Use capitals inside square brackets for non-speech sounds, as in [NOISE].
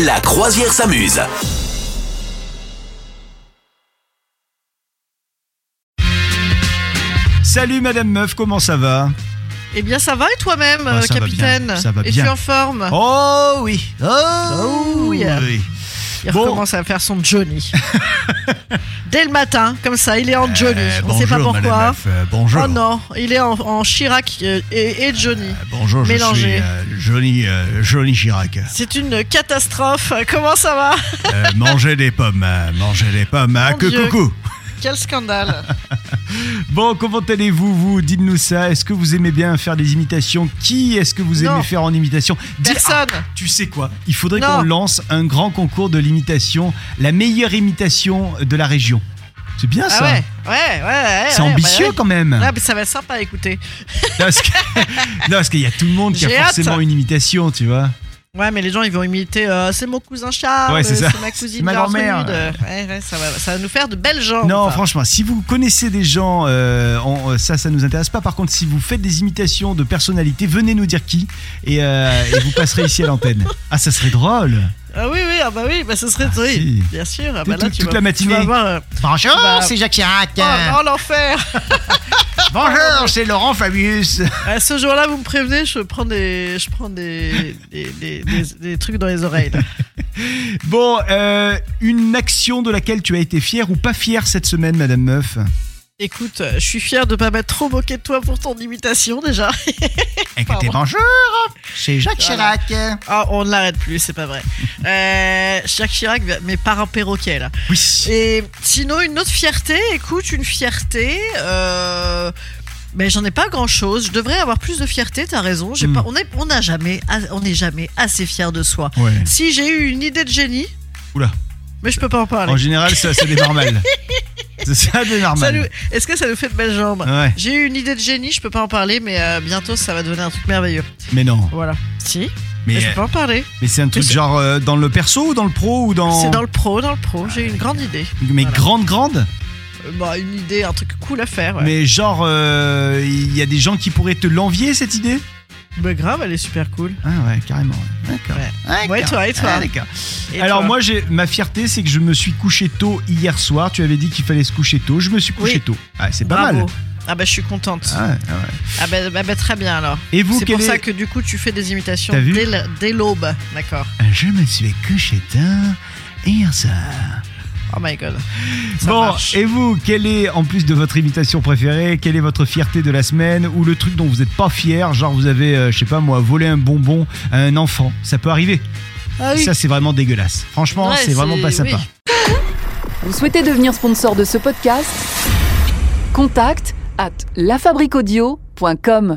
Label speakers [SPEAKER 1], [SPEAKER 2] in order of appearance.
[SPEAKER 1] La croisière s'amuse.
[SPEAKER 2] Salut Madame Meuf, comment ça va
[SPEAKER 3] Eh bien, ça va et toi-même,
[SPEAKER 2] Ah,
[SPEAKER 3] euh,
[SPEAKER 2] ça va
[SPEAKER 3] capitaine
[SPEAKER 2] bien, ça va
[SPEAKER 3] Et
[SPEAKER 2] bien.
[SPEAKER 3] tu en forme
[SPEAKER 2] Oh oui Oh,
[SPEAKER 3] Ah. oui. Il
[SPEAKER 2] bon.
[SPEAKER 3] recommence à faire son
[SPEAKER 2] [LAUGHS]
[SPEAKER 3] Johnny. Dès le matin, comme ça, il est en Johnny.
[SPEAKER 2] Euh,
[SPEAKER 3] On ne sait pas
[SPEAKER 2] bonjour,
[SPEAKER 3] pourquoi.
[SPEAKER 2] Madame Meuf, euh, bonjour.
[SPEAKER 3] Oh non, il est en, en Chirac euh, et, et Johnny.
[SPEAKER 2] Euh, Bonjour, je
[SPEAKER 3] Mélangé.
[SPEAKER 2] suis euh, Johnny, euh, Johnny Chirac.
[SPEAKER 3] C'est une catastrophe. Comment ça va [LAUGHS]
[SPEAKER 2] Euh, mangez des pommes, euh, mangez des pommes. Ah,
[SPEAKER 3] Mon
[SPEAKER 2] que
[SPEAKER 3] Dieu.
[SPEAKER 2] coucou
[SPEAKER 3] Quel scandale
[SPEAKER 2] Bon, comment allez-vous, vous Dites-nous ça. Est-ce que vous aimez bien faire des imitations Qui est-ce que vous aimez
[SPEAKER 3] Non.
[SPEAKER 2] faire en imitation [LAUGHS] Dis- ah,
[SPEAKER 3] Personne
[SPEAKER 2] Tu sais quoi Il faudrait
[SPEAKER 3] Non.
[SPEAKER 2] qu'on lance un grand concours de l'imitation, la meilleure imitation de la région. C'est bien
[SPEAKER 3] Ah
[SPEAKER 2] ça.
[SPEAKER 3] ouais, ouais, ouais, ouais.
[SPEAKER 2] C'est
[SPEAKER 3] ouais, bah
[SPEAKER 2] ambitieux
[SPEAKER 3] ouais.
[SPEAKER 2] quand même.
[SPEAKER 3] Ah, mais ça va être sympa à écouter.
[SPEAKER 2] Non, parce que- [LAUGHS] non, parce qu'il y a tout le monde qui
[SPEAKER 3] J'ai
[SPEAKER 2] a
[SPEAKER 3] hâte.
[SPEAKER 2] forcément une imitation, tu vois.
[SPEAKER 3] Ouais, mais les gens, ils vont imiter euh, c'est mon cousin Charles, euh,
[SPEAKER 2] Ouais, c'est ça.
[SPEAKER 3] c'est ma cousine
[SPEAKER 2] C'est ma grand-mère.
[SPEAKER 3] Gertrude. Ouais, ouais, ça, va, ça va nous faire de belles jambes.
[SPEAKER 2] Non,
[SPEAKER 3] Oh, Enfin,
[SPEAKER 2] franchement, si vous connaissez des gens, euh, on- euh, ça, ça nous intéresse pas. Par contre, si vous faites des imitations de personnalités, venez nous dire qui et, euh, et vous passerez ici à
[SPEAKER 3] [LAUGHS]
[SPEAKER 2] l'antenne. Ah, ça serait drôle.
[SPEAKER 3] Ah oui, oui, ah bah oui, bah ce serait
[SPEAKER 2] Ah,
[SPEAKER 3] oui,
[SPEAKER 2] si.
[SPEAKER 3] bien sûr. Ah
[SPEAKER 2] Toute-
[SPEAKER 3] bah là,
[SPEAKER 2] toute-
[SPEAKER 3] tu
[SPEAKER 2] toute
[SPEAKER 3] vas-
[SPEAKER 2] la matinée.
[SPEAKER 3] Tu vas voir, euh,
[SPEAKER 2] Bonjour,
[SPEAKER 3] Bah,
[SPEAKER 2] c'est Jacques Chirac.
[SPEAKER 3] oh, oh, l'enfer [LAUGHS]
[SPEAKER 2] Bonjour, c'est Laurent Fabius.
[SPEAKER 3] Ah, Ce jour-là, vous me prévenez, je prends des, je prends des, des, des, des- des trucs dans les oreilles. là.
[SPEAKER 2] [LAUGHS] Bon, euh, une action de laquelle tu as été fier ou pas fier cette semaine, Madame Meuf
[SPEAKER 3] Écoute, euh, je suis fière de pas m'être trop moqué de toi pour ton imitation déjà. Écoutez,
[SPEAKER 2] bonjour, c'est Jacques
[SPEAKER 3] Voilà.
[SPEAKER 2] Chirac.
[SPEAKER 3] Ah, on ne l'arrête plus, c'est pas vrai. Euh, Jacques Chirac, mais par un perroquet là.
[SPEAKER 2] Oui.
[SPEAKER 3] Et sinon, une autre fierté, écoute, une fierté. Euh... Mais j'en ai pas grand chose. Je devrais avoir plus de fierté, t'as raison. J'ai
[SPEAKER 2] Hmm.
[SPEAKER 3] pas, on n'est on n'a jamais, on n'est jamais assez fier de soi.
[SPEAKER 2] Ouais.
[SPEAKER 3] Si j'ai eu une idée de génie.
[SPEAKER 2] Oula.
[SPEAKER 3] Mais je peux pas en parler.
[SPEAKER 2] En général, ça, ça démarre mal.
[SPEAKER 3] [LAUGHS]
[SPEAKER 2] Ça, ça démarre
[SPEAKER 3] Ça
[SPEAKER 2] mal.
[SPEAKER 3] nous- Est-ce que ça nous fait de belles jambes
[SPEAKER 2] Oh, Ouais,
[SPEAKER 3] J'ai eu une idée de génie, je peux pas en parler, mais euh, bientôt ça va donner un truc merveilleux.
[SPEAKER 2] mais non.
[SPEAKER 3] Voilà. Si, mais,
[SPEAKER 2] Mais, euh,
[SPEAKER 3] je peux en parler.
[SPEAKER 2] mais c'est un truc
[SPEAKER 3] c'est-
[SPEAKER 2] genre euh, dans le perso ou dans le pro ou dans.
[SPEAKER 3] C'est dans le pro, dans le pro. J'ai eu une grande idée.
[SPEAKER 2] Mais
[SPEAKER 3] Voilà.
[SPEAKER 2] grande, grande
[SPEAKER 3] Euh, Bah, une idée, un truc cool à faire. Ouais. Mais...
[SPEAKER 2] Mais genre, euh, il y a des gens qui pourraient te l'envier cette idée
[SPEAKER 3] grave, elle est super cool.
[SPEAKER 2] Ah ouais, carrément. ouais. D'accord.
[SPEAKER 3] Ouais.
[SPEAKER 2] Ouais,
[SPEAKER 3] Ouais,
[SPEAKER 2] car-
[SPEAKER 3] toi, et toi
[SPEAKER 2] Ah, d'accord.
[SPEAKER 3] Et
[SPEAKER 2] Alors
[SPEAKER 3] toi
[SPEAKER 2] moi, j'ai ma fierté, c'est que je me suis couché tôt hier soir. Tu avais dit qu'il fallait se coucher tôt. Je me suis couché
[SPEAKER 3] Oui.
[SPEAKER 2] tôt. Ah, c'est pas
[SPEAKER 3] Bravo.
[SPEAKER 2] mal.
[SPEAKER 3] Ah bah je suis contente.
[SPEAKER 2] Ah ouais, ah ouais.
[SPEAKER 3] Ah bah, bah, bah, très bien alors.
[SPEAKER 2] Et vous,
[SPEAKER 3] C'est pour
[SPEAKER 2] quel
[SPEAKER 3] ça
[SPEAKER 2] est
[SPEAKER 3] que du coup tu fais des imitations
[SPEAKER 2] T'as vu
[SPEAKER 3] dès le- dès l'aube. D'accord.
[SPEAKER 2] Ah, Je me suis couché tôt hier soir.
[SPEAKER 3] Oh my god. Ça
[SPEAKER 2] Bon,
[SPEAKER 3] marche.
[SPEAKER 2] et vous, quelle est, en plus de votre imitation préférée, quelle est votre fierté de la semaine ou le truc dont vous n'êtes pas fier, genre vous avez, euh, je sais pas moi, volé un bonbon à un enfant Ça peut arriver.
[SPEAKER 3] Ah oui.
[SPEAKER 2] Ça, c'est vraiment dégueulasse. Franchement,
[SPEAKER 3] Ouais,
[SPEAKER 2] c'est vraiment
[SPEAKER 3] c'est-
[SPEAKER 2] pas sympa.
[SPEAKER 3] oui.
[SPEAKER 4] Vous souhaitez devenir sponsor de ce podcast Contact à lafabriquaudio.com.